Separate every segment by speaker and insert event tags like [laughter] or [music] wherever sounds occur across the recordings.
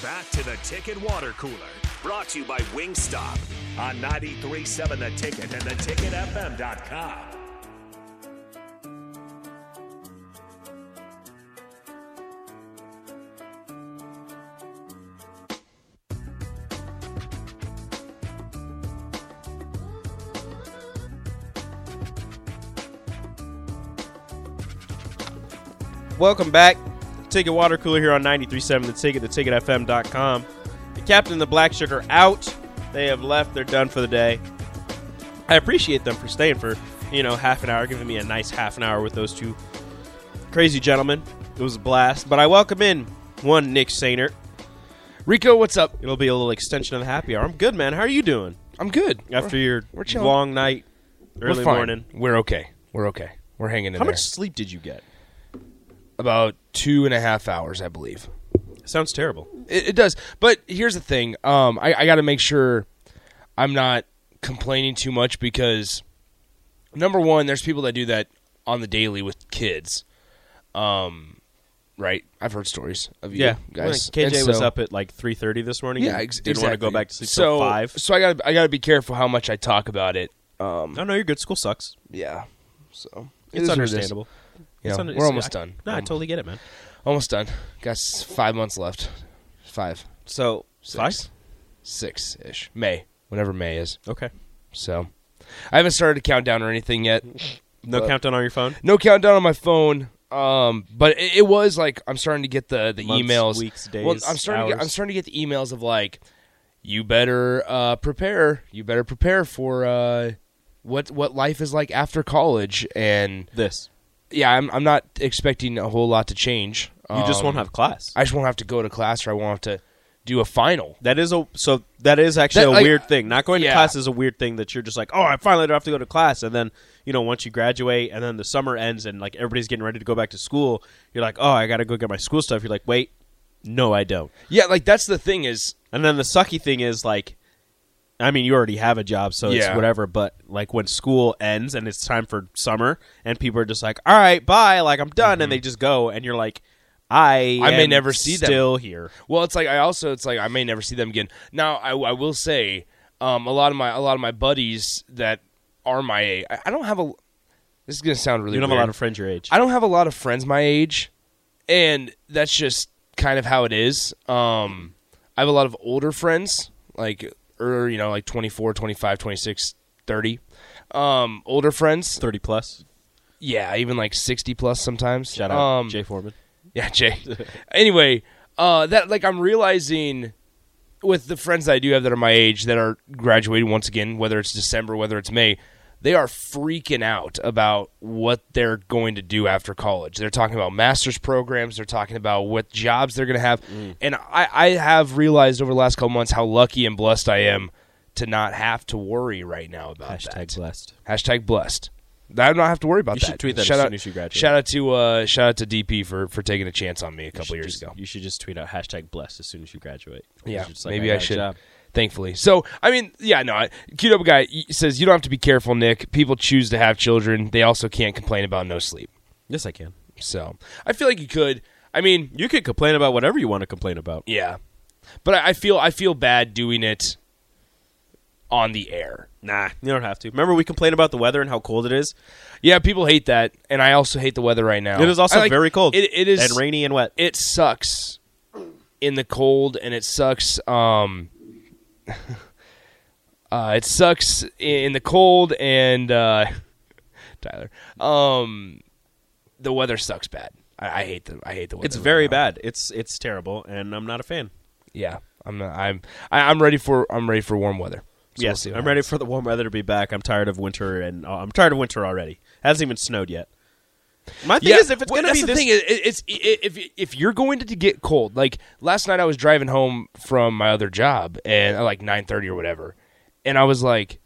Speaker 1: Back to the Ticket Water Cooler, brought to you by Wingstop on 93.7 The Ticket and theticketfm.com.
Speaker 2: Welcome back. Ticket Water Cooler here on 93.7 The Ticket, theticketfm.com. The captain and the Black Sugar out. They have left. They're done for the day. I appreciate them for staying for, you know, half an hour, giving me a nice half an hour with those two crazy gentlemen. It was a blast. But I welcome in one Nick Sainert.
Speaker 3: Rico, what's up?
Speaker 2: It'll be a little extension of the happy hour. I'm good, man. How are you doing?
Speaker 3: I'm good.
Speaker 2: After
Speaker 3: we're,
Speaker 2: your
Speaker 3: we're chilling.
Speaker 2: long night,
Speaker 3: we're
Speaker 2: early
Speaker 3: fine.
Speaker 2: morning.
Speaker 3: we're okay. We're okay. We're hanging in
Speaker 2: How
Speaker 3: there.
Speaker 2: much sleep did you get?
Speaker 3: About two and a half hours, I believe.
Speaker 2: Sounds terrible.
Speaker 3: It, it does. But here's the thing. Um, I, I got to make sure I'm not complaining too much because number one, there's people that do that on the daily with kids. Um, right? I've heard stories of you
Speaker 2: Yeah,
Speaker 3: guys.
Speaker 2: When KJ
Speaker 3: And
Speaker 2: was
Speaker 3: so-
Speaker 2: up at like three thirty this morning.
Speaker 3: Yeah,
Speaker 2: and
Speaker 3: ex-
Speaker 2: didn't want to go
Speaker 3: exactly.
Speaker 2: back to sleep
Speaker 3: so,
Speaker 2: till five.
Speaker 3: So I got to I got to be careful how much I talk about it. Um,
Speaker 2: No, no, you're good. School sucks.
Speaker 3: yeah. So it
Speaker 2: It's
Speaker 3: is what it is.
Speaker 2: understandable.
Speaker 3: Yeah,
Speaker 2: It's under-
Speaker 3: we're
Speaker 2: it's-
Speaker 3: almost
Speaker 2: I-
Speaker 3: done.
Speaker 2: No, I
Speaker 3: Um,
Speaker 2: totally get it, man.
Speaker 3: Almost done. Got s- five months left. Five,
Speaker 2: So
Speaker 3: Six. six ish. May, whenever May is.
Speaker 2: five. Okay.
Speaker 3: So, I haven't started a countdown or anything yet.
Speaker 2: No
Speaker 3: But-
Speaker 2: countdown on your phone.
Speaker 3: No countdown on my phone. Um, but it, it was like I'm starting to get the the
Speaker 2: Months,
Speaker 3: emails.
Speaker 2: weeks,
Speaker 3: Well,
Speaker 2: days,
Speaker 3: I'm starting. To get,
Speaker 2: hours.
Speaker 3: I'm starting to get the emails of like, you better uh, prepare. You better prepare for uh, what what life is like after college. And
Speaker 2: This.
Speaker 3: yeah, I'm I'm not expecting a whole lot to change.
Speaker 2: You just won't have class.
Speaker 3: Um, I just won't have to go to class or I won't have to do a final.
Speaker 2: that is a so that is actually
Speaker 3: That,
Speaker 2: a
Speaker 3: like,
Speaker 2: weird thing. Not going to
Speaker 3: yeah.
Speaker 2: class is a weird thing that you're just like, oh, I finally don't have to go to class, and then you know once you graduate and then the summer ends and like everybody's getting ready to go back to school, you're like, oh, I got to go get my school stuff. You're like, wait, no, I don't.
Speaker 3: Yeah, like that's the thing is
Speaker 2: And then the sucky thing is like, I mean, you already have a job, so it's
Speaker 3: Yeah.
Speaker 2: whatever. But like when school ends and it's time for summer, and people are just like, "All right, bye," like I'm done, and they just go, and you're like, "I
Speaker 3: Mm-hmm. I may
Speaker 2: am
Speaker 3: never see them.
Speaker 2: still here."
Speaker 3: well, it's like I also it's like I may never see them again. Now I, I will say um, a lot of my a lot of my buddies that are my age. I, I don't have a. This is gonna sound really.
Speaker 2: You don't have a
Speaker 3: weird.
Speaker 2: lot of friends your age.
Speaker 3: I don't have a lot of friends my age, and that's just kind of how it is. Um, I have a lot of older friends, like or you know like 24, 25, 26, 30. Um, older friends.
Speaker 2: Thirty plus.
Speaker 3: Yeah, even like 60 plus sometimes.
Speaker 2: Shout out
Speaker 3: um,
Speaker 2: Jay Foreman.
Speaker 3: Yeah, [laughs] Jay. anyway, uh, that like I'm realizing with the friends that I do have that are my age that are graduating once again, whether it's December, whether it's May, they are freaking out about what they're going to do after college. They're talking about master's programs. They're talking about what jobs they're going to have. And I, I have realized over the last couple months how lucky and blessed I am to not have to worry right now about that.
Speaker 2: Hashtag blessed.
Speaker 3: Hashtag blessed. I don't have to worry about
Speaker 2: You
Speaker 3: that.
Speaker 2: should tweet that as
Speaker 3: shout
Speaker 2: soon
Speaker 3: out,
Speaker 2: as you graduate.
Speaker 3: Shout out to uh, shout out to DP for for taking a chance on me a couple
Speaker 2: You should
Speaker 3: years
Speaker 2: just-
Speaker 3: ago.
Speaker 2: you should just tweet out hashtag blessed as soon as you graduate.
Speaker 3: Yeah,
Speaker 2: You're just like,
Speaker 3: maybe
Speaker 2: got
Speaker 3: I,
Speaker 2: a
Speaker 3: should.
Speaker 2: job.
Speaker 3: Thankfully, so I mean, yeah, no. I- Cute up guy he says you don't have to be careful, Nick. People choose to have children. They also can't complain about no sleep.
Speaker 2: Yes, I can.
Speaker 3: So I feel like you could. I mean,
Speaker 2: You could complain about whatever you want to complain about.
Speaker 3: yeah, but I, I feel I feel bad doing it on the air.
Speaker 2: Nah, you don't have to. Remember, we complain about the weather and how cold it is.
Speaker 3: Yeah, people hate that, and I also hate the weather right now.
Speaker 2: It is also
Speaker 3: I like-
Speaker 2: very cold.
Speaker 3: It, it is
Speaker 2: and rainy and wet.
Speaker 3: it sucks in the cold and it sucks um [laughs] uh it sucks in the cold and uh [laughs] Tyler um the weather sucks bad I, I hate the I hate the weather
Speaker 2: It's very
Speaker 3: right now.
Speaker 2: bad. It's it's terrible, and I'm not a fan.
Speaker 3: yeah I'm not, I'm I, I'm ready for I'm ready for warm weather So we'll
Speaker 2: yes,
Speaker 3: see what
Speaker 2: I'm ready
Speaker 3: happens.
Speaker 2: for the warm weather to be back. I'm tired of winter, and uh, I'm tired of winter already. hasn't even snowed yet. My thing is, if it's
Speaker 3: well,
Speaker 2: going to be
Speaker 3: that's the
Speaker 2: this,
Speaker 3: thing, it- it- it's i- i- if if you're going to get cold. Like last night, I was driving home from my other job, and at like nine thirty or whatever, and I was like,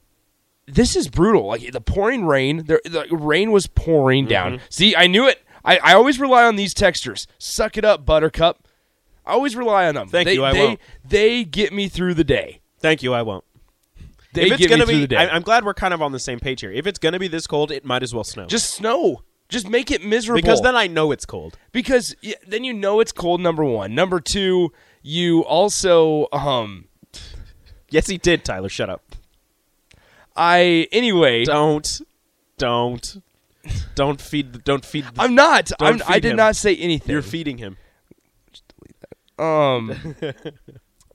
Speaker 3: "This is brutal." Like the pouring rain, there, the rain was pouring down.
Speaker 2: Mm-hmm.
Speaker 3: See, I knew it. I, I always rely on these textures. Suck it up, Buttercup. I always rely on them.
Speaker 2: Thank
Speaker 3: They-
Speaker 2: you, I
Speaker 3: they,
Speaker 2: won't.
Speaker 3: They get me through the day.
Speaker 2: thank you, I won't.
Speaker 3: They
Speaker 2: if it's
Speaker 3: get me
Speaker 2: gonna
Speaker 3: through the
Speaker 2: be, I,
Speaker 3: day.
Speaker 2: I'm glad we're kind of on the same page here. If it's going to be this cold, it might as well snow.
Speaker 3: Just snow. Just make it miserable.
Speaker 2: because then I know it's cold.
Speaker 3: because y- then you know it's cold number one number two You also um
Speaker 2: Yes, he did, Tyler. Shut up.
Speaker 3: I anyway
Speaker 2: Don't, don't, don't feed. the- Don't feed. the-
Speaker 3: I'm not I'm, I
Speaker 2: feed
Speaker 3: did
Speaker 2: him.
Speaker 3: not say anything.
Speaker 2: You're feeding him. [laughs]
Speaker 3: Um,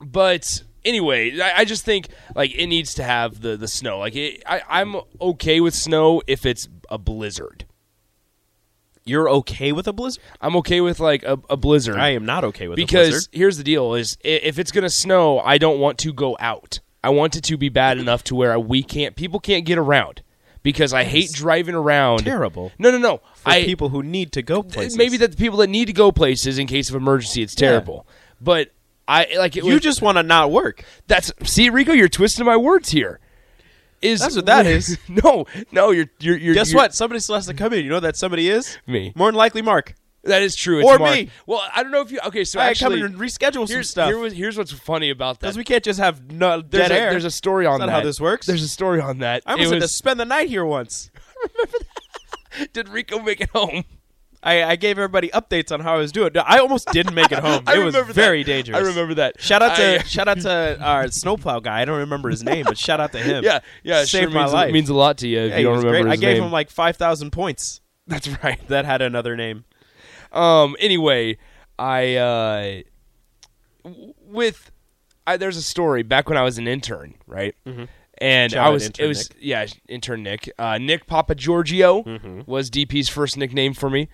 Speaker 3: but anyway, I, I just think like it needs to have the the snow. Like it, I, I'm okay with snow if it's a blizzard.
Speaker 2: You're okay with a blizzard?
Speaker 3: I'm okay with like a, a blizzard
Speaker 2: I am not okay with a
Speaker 3: because
Speaker 2: blizzard.
Speaker 3: here's the deal: is i- if it's gonna snow, I don't want to go out. I want it to be bad enough to where we can't, people can't get around because I hate driving around.
Speaker 2: terrible
Speaker 3: No, no, no.
Speaker 2: for
Speaker 3: I uh,
Speaker 2: people who need to go places.
Speaker 3: maybe that the people that need to go places in case of emergency, it's terrible. But I like it
Speaker 2: you
Speaker 3: was-
Speaker 2: just want to not work.
Speaker 3: That's see, Rico, you're twisting my words here. Is
Speaker 2: That's what
Speaker 3: [laughs]
Speaker 2: that is.
Speaker 3: no, no, you're you're, you're
Speaker 2: Guess
Speaker 3: you're-
Speaker 2: what? Somebody still has to come in. You know that somebody is
Speaker 3: Me.
Speaker 2: More than likely, Mark.
Speaker 3: That is true. It's
Speaker 2: Or
Speaker 3: Mark.
Speaker 2: me.
Speaker 3: Well, I don't know if you. Okay, so
Speaker 2: I
Speaker 3: actually,
Speaker 2: come in and reschedule some
Speaker 3: here's,
Speaker 2: stuff
Speaker 3: here was- here's what's funny about that.
Speaker 2: because we can't just have no,
Speaker 3: there's
Speaker 2: dead
Speaker 3: a,
Speaker 2: air.
Speaker 3: There's a story on
Speaker 2: That's
Speaker 3: that.
Speaker 2: not how this works.
Speaker 3: There's a story on that.
Speaker 2: I almost
Speaker 3: it
Speaker 2: had to
Speaker 3: was,
Speaker 2: spend the night here once.
Speaker 3: did Rico make it home?
Speaker 2: I, I gave everybody updates on how I was doing. No, I almost didn't
Speaker 3: [laughs]
Speaker 2: make it home.
Speaker 3: I
Speaker 2: it was
Speaker 3: remember that.
Speaker 2: very dangerous.
Speaker 3: I remember that.
Speaker 2: Shout out to [laughs]
Speaker 3: I- [laughs]
Speaker 2: shout out to our snowplow guy. I don't remember his name, but shout out to him.
Speaker 3: [laughs] yeah, yeah. it
Speaker 2: saved
Speaker 3: sure
Speaker 2: my
Speaker 3: means,
Speaker 2: life.
Speaker 3: Means a lot to you if
Speaker 2: Yeah,
Speaker 3: you
Speaker 2: he
Speaker 3: don't
Speaker 2: was
Speaker 3: remember
Speaker 2: great. I
Speaker 3: his
Speaker 2: gave
Speaker 3: name.
Speaker 2: him like five thousand points
Speaker 3: That's right.
Speaker 2: that had another name.
Speaker 3: Um. Anyway, I uh, w- with I, there's a story back when I was an intern, right? Mm-hmm. And
Speaker 2: Shout
Speaker 3: I
Speaker 2: out
Speaker 3: was
Speaker 2: intern
Speaker 3: it was yeah intern Nick uh, Nick Papa Giorgio was DP's first nickname for me.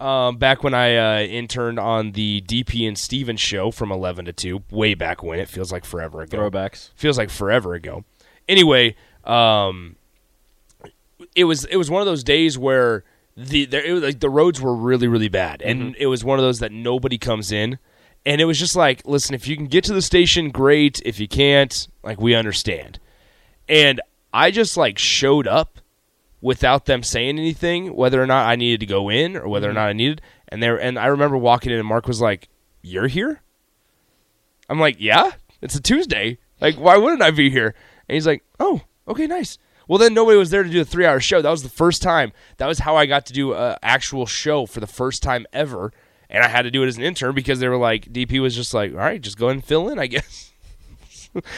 Speaker 3: Um, back when I uh, interned on the DP and Stevens show from 11 to 2, way back when it feels like forever ago
Speaker 2: Throwbacks.
Speaker 3: feels like forever ago. Anyway, um, it was it was one of those days where the there, it was like the roads were really really bad, and it was one of those that nobody comes in, and it was just like, listen, if you can get to the station, great. If you can't, like we understand. And I just like showed up without them saying anything, whether or not I needed to go in or whether or not I needed. And there, and I remember walking in, and Mark was like, "You're here." I'm like, yeah, it's a Tuesday. Like, why wouldn't I be here? And he's like, oh, okay, nice. Well, then nobody was there to do a three hour show. That was the first time. That was how I got to do an actual show for the first time ever. And I had to do it as an intern because they were like, DP was just like, all right, just go ahead and fill in, I guess. [laughs]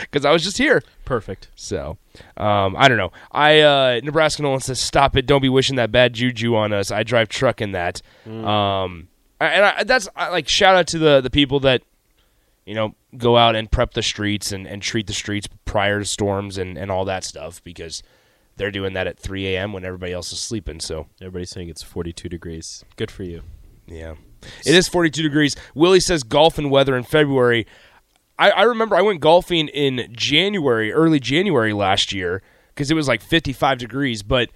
Speaker 3: Because I was just here.
Speaker 2: Perfect.
Speaker 3: So, um, I don't know. I uh, Nebraska Nolan says, "Stop it! Don't be wishing that bad juju on us." I drive truck in that. Um, I- and I, that's I, like shout out to the the people that you know go out and prep the streets and, and treat the streets prior to storms and, and all that stuff because they're doing that at 3 a.m. when everybody else is sleeping. So
Speaker 2: Everybody's saying it's forty-two degrees. Good for you.
Speaker 3: yeah. It is 42 degrees. Willie says golf and weather in February. I, I remember I went golfing in January, early January last year, because it was like 55 degrees. But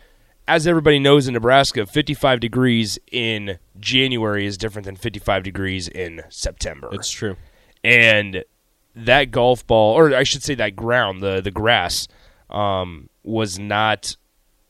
Speaker 3: as everybody knows in Nebraska, 55 degrees in January is different than 55 degrees in September.
Speaker 2: It's true.
Speaker 3: and that golf ball, or I should say that ground, the, the grass, um, was not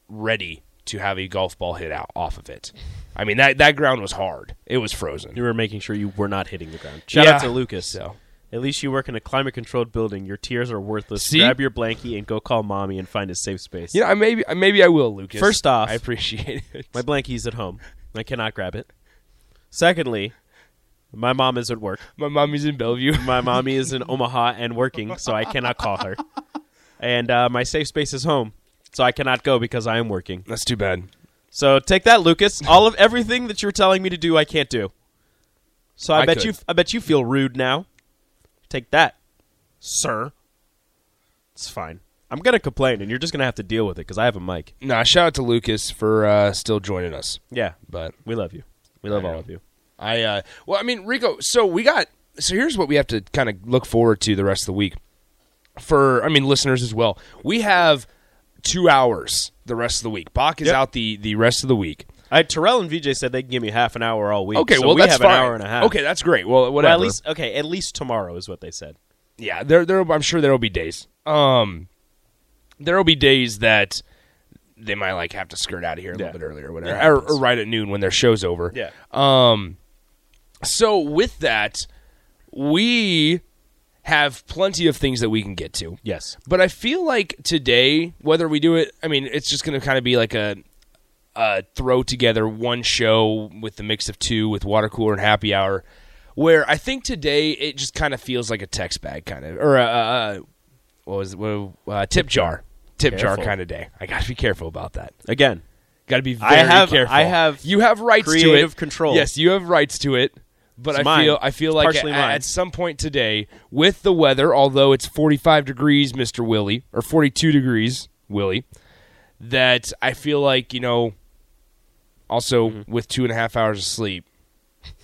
Speaker 3: ready to have a golf ball hit out off of it. I mean, that, that ground was hard, it was frozen.
Speaker 2: You were making sure you were not hitting the ground. Shout
Speaker 3: Yeah.
Speaker 2: out to Lucas.
Speaker 3: So.
Speaker 2: At least you work in a climate-controlled building. Your tears are worthless.
Speaker 3: See?
Speaker 2: Grab your blankie and go call mommy and find a safe space.
Speaker 3: You know, I maybe I- maybe I will, Lucas.
Speaker 2: First off-
Speaker 3: I appreciate it.
Speaker 2: My blankie's at home. I cannot grab it. Secondly, my mom is at work.
Speaker 3: [laughs] My mommy's in Bellevue.
Speaker 2: [laughs] My mommy is in Omaha and working, so I cannot call her. And uh, my safe space is home, so I cannot go because I am working.
Speaker 3: That's too bad.
Speaker 2: So take that, Lucas. All of everything that you were telling me to do, I can't do. So I,
Speaker 3: I
Speaker 2: bet
Speaker 3: could.
Speaker 2: you, I bet you feel rude now. Take that, sir. It's fine. I'm gonna complain, and you're just gonna have to deal with it because I have a mic.
Speaker 3: Nah, shout out to Lucas for uh, still joining us.
Speaker 2: Yeah,
Speaker 3: But
Speaker 2: we love you. We love
Speaker 3: I
Speaker 2: all
Speaker 3: know.
Speaker 2: of you.
Speaker 3: I uh, well, I mean, Rico. So we got. So here's what we have to kind of look forward to the rest of the week. For I mean, listeners as well. We have two hours the rest of the week. Bach is
Speaker 2: Yep.
Speaker 3: out the the rest of the week.
Speaker 2: I Terrell and VJ said they can give me half an hour all week.
Speaker 3: Okay,
Speaker 2: so
Speaker 3: well
Speaker 2: we
Speaker 3: that's
Speaker 2: have
Speaker 3: fine.
Speaker 2: an hour and a half.
Speaker 3: Okay, that's great. Well,
Speaker 2: well,
Speaker 3: whatever.
Speaker 2: at least okay, at least tomorrow is what they said.
Speaker 3: yeah, there there I'm sure there'll be days. Um there'll be days that they might like have to skirt out of here a
Speaker 2: Yeah.
Speaker 3: little bit earlier or
Speaker 2: It
Speaker 3: whatever. Or,
Speaker 2: happens.
Speaker 3: or right at noon when their show's over.
Speaker 2: Yeah.
Speaker 3: Um so with that, we have plenty of things that we can get to.
Speaker 2: Yes.
Speaker 3: But I feel like today, whether we do it, I mean, it's just going to kind of be like a, a throw together one show with the mix of two with water cooler and happy hour. where I think today it just kind of feels like a text bag kind of or a, a, a what was it, what, uh, tip jar, tip jar
Speaker 2: Careful.
Speaker 3: kind of day. I got to be careful about that.
Speaker 2: Again,
Speaker 3: Got to be very
Speaker 2: I have-
Speaker 3: careful.
Speaker 2: I have
Speaker 3: you have rights to
Speaker 2: creative
Speaker 3: it.
Speaker 2: control.
Speaker 3: Yes, you have rights to it. But
Speaker 2: It's
Speaker 3: I
Speaker 2: mine.
Speaker 3: feel I feel
Speaker 2: It's
Speaker 3: like at,
Speaker 2: partially mine.
Speaker 3: at some point today, with the weather, although it's 45 degrees, Mister Willie, or 42 degrees, Willie, that I feel like you know. Also,
Speaker 2: Mm-hmm.
Speaker 3: with two and a half hours of sleep,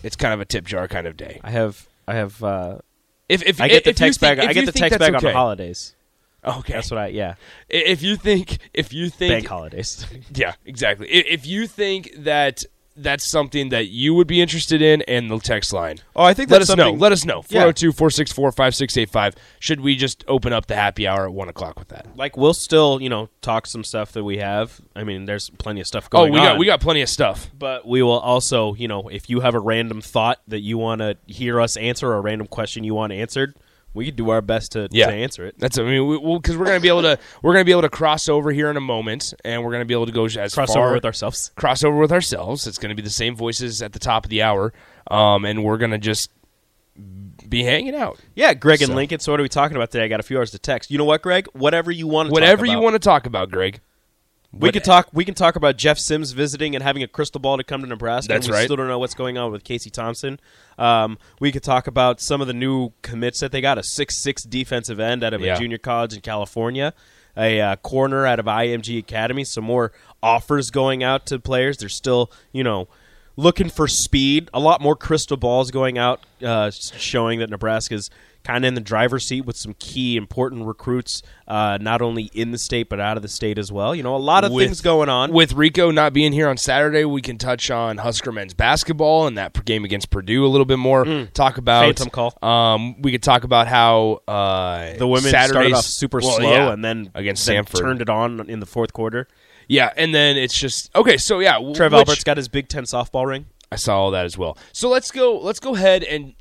Speaker 3: it's kind of a tip jar kind of day.
Speaker 2: I have I have uh,
Speaker 3: If, if
Speaker 2: I get the
Speaker 3: if you
Speaker 2: text
Speaker 3: think-
Speaker 2: bag. I
Speaker 3: if
Speaker 2: get
Speaker 3: you
Speaker 2: the
Speaker 3: think
Speaker 2: text
Speaker 3: that's
Speaker 2: bag on the
Speaker 3: okay.
Speaker 2: holidays.
Speaker 3: Okay,
Speaker 2: That's what I yeah.
Speaker 3: if you think if you think
Speaker 2: Bank holidays.
Speaker 3: Yeah, exactly. I- If you think that that's something that you would be interested in, and the text line.
Speaker 2: Oh, I think
Speaker 3: Let us
Speaker 2: that's
Speaker 3: know.
Speaker 2: something-
Speaker 3: Let us know.
Speaker 2: Yeah.
Speaker 3: 402 464 5685. Should we just open up the happy hour at 1 o'clock with that?
Speaker 2: like we'll still you know talk some stuff that we have. I mean, there's plenty of stuff
Speaker 3: Oh,
Speaker 2: going.
Speaker 3: we got
Speaker 2: on.
Speaker 3: we got plenty of stuff.
Speaker 2: But we will also, you know, if you have a random thought that you want to hear us answer or a random question you want answered, we could do our best to,
Speaker 3: Yeah.
Speaker 2: to answer it.
Speaker 3: That's I mean, we, we, cuz we're going to be able to we're going to be able to cross over here in a moment and we're going to be able to go as
Speaker 2: Cross
Speaker 3: far
Speaker 2: over with ourselves.
Speaker 3: cross over with ourselves. It's going to be the same voices at the top of the hour. Um, and we're going to just be hanging out.
Speaker 2: Yeah, Greg and
Speaker 3: So-
Speaker 2: Lincoln. So what are we talking about today? I got a few hours to text. You know what, Greg? Whatever you want to
Speaker 3: Whatever
Speaker 2: talk
Speaker 3: you
Speaker 2: about.
Speaker 3: want to talk about, Greg.
Speaker 2: We could talk we can talk about Jeff Sims visiting and having a crystal ball to come to Nebraska.
Speaker 3: That's
Speaker 2: we
Speaker 3: right.
Speaker 2: still don't know what's going on with Casey Thompson. Um, we could talk about some of the new commits that they got, a six six defensive end out of
Speaker 3: Yeah.
Speaker 2: a junior college in California, a uh, corner out of IMG Academy, some more offers going out to players. They're still, you know, looking for speed. A lot more crystal balls going out uh, s- showing that Nebraska's kind of in the driver's seat with some key important recruits uh, not only in the state but out of the state as well. You know, a lot of
Speaker 3: With-
Speaker 2: things going on.
Speaker 3: With Rico not being here on Saturday, we can touch on Husker men's basketball and that game against Purdue a little bit more. Talk about
Speaker 2: Mm. Phantom call.
Speaker 3: Um, we could talk about how uh,
Speaker 2: the women
Speaker 3: Saturday's,
Speaker 2: started off super
Speaker 3: well,
Speaker 2: slow
Speaker 3: yeah,
Speaker 2: and then
Speaker 3: against
Speaker 2: then
Speaker 3: Samford.
Speaker 2: turned it on in the fourth quarter.
Speaker 3: yeah, and then it's just okay. So yeah, w-
Speaker 2: Trev
Speaker 3: which-
Speaker 2: Albert's got his Big Ten softball ring.
Speaker 3: I saw all that as well. So let's go. Let's go ahead and.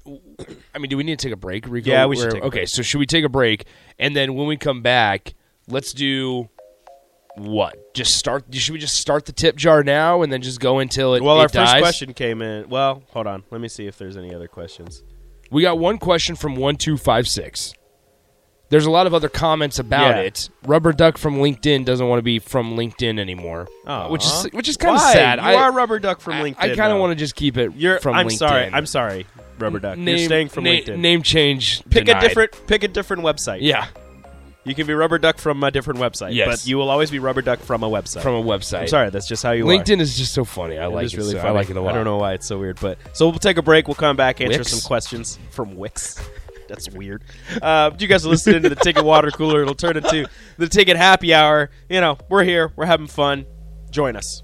Speaker 3: I mean, do we need to take a break, Rico?
Speaker 2: Yeah, we should
Speaker 3: We're-
Speaker 2: take a
Speaker 3: okay,
Speaker 2: break.
Speaker 3: so should we take a break and then when we come back, let's do what? Just start. Should we just start the tip jar now and then just go until it?
Speaker 2: Well,
Speaker 3: it
Speaker 2: our first
Speaker 3: dies?
Speaker 2: question came in. Well, hold on. Let me see if there's any other questions.
Speaker 3: We got one question from 1256. There's a lot of other comments about
Speaker 2: Yeah.
Speaker 3: it. Rubber Duck from LinkedIn doesn't want to be from LinkedIn anymore,
Speaker 2: Aw.
Speaker 3: which is which is kind of
Speaker 2: Why?
Speaker 3: sad.
Speaker 2: You
Speaker 3: I,
Speaker 2: are Rubber Duck from LinkedIn.
Speaker 3: I, kind
Speaker 2: though.
Speaker 3: of want to just keep it
Speaker 2: You're.
Speaker 3: from
Speaker 2: I'm
Speaker 3: LinkedIn.
Speaker 2: sorry. I'm sorry. Rubber Duck.
Speaker 3: Name-
Speaker 2: You're staying from
Speaker 3: na-
Speaker 2: LinkedIn.
Speaker 3: Name change.
Speaker 2: pick
Speaker 3: denied.
Speaker 2: a different. Pick a different website.
Speaker 3: Yeah,
Speaker 2: You can be Rubber Duck from a different website.
Speaker 3: Yes.
Speaker 2: But you will always be Rubber Duck from a website.
Speaker 3: from a website.
Speaker 2: I'm sorry. That's just how you are.
Speaker 3: LinkedIn is just so funny. I
Speaker 2: It
Speaker 3: like
Speaker 2: is
Speaker 3: it.
Speaker 2: really
Speaker 3: so- I
Speaker 2: funny.
Speaker 3: like it a lot.
Speaker 2: I don't know why it's so weird, but so we'll take a break. We'll come back, answer
Speaker 3: Wix?
Speaker 2: some questions from Wix. [laughs] That's
Speaker 3: [laughs]
Speaker 2: weird. Uh, you guys are listening to the Ticket Water Cooler. It'll turn into the Ticket Happy Hour. You know, we're here. We're having fun. Join us.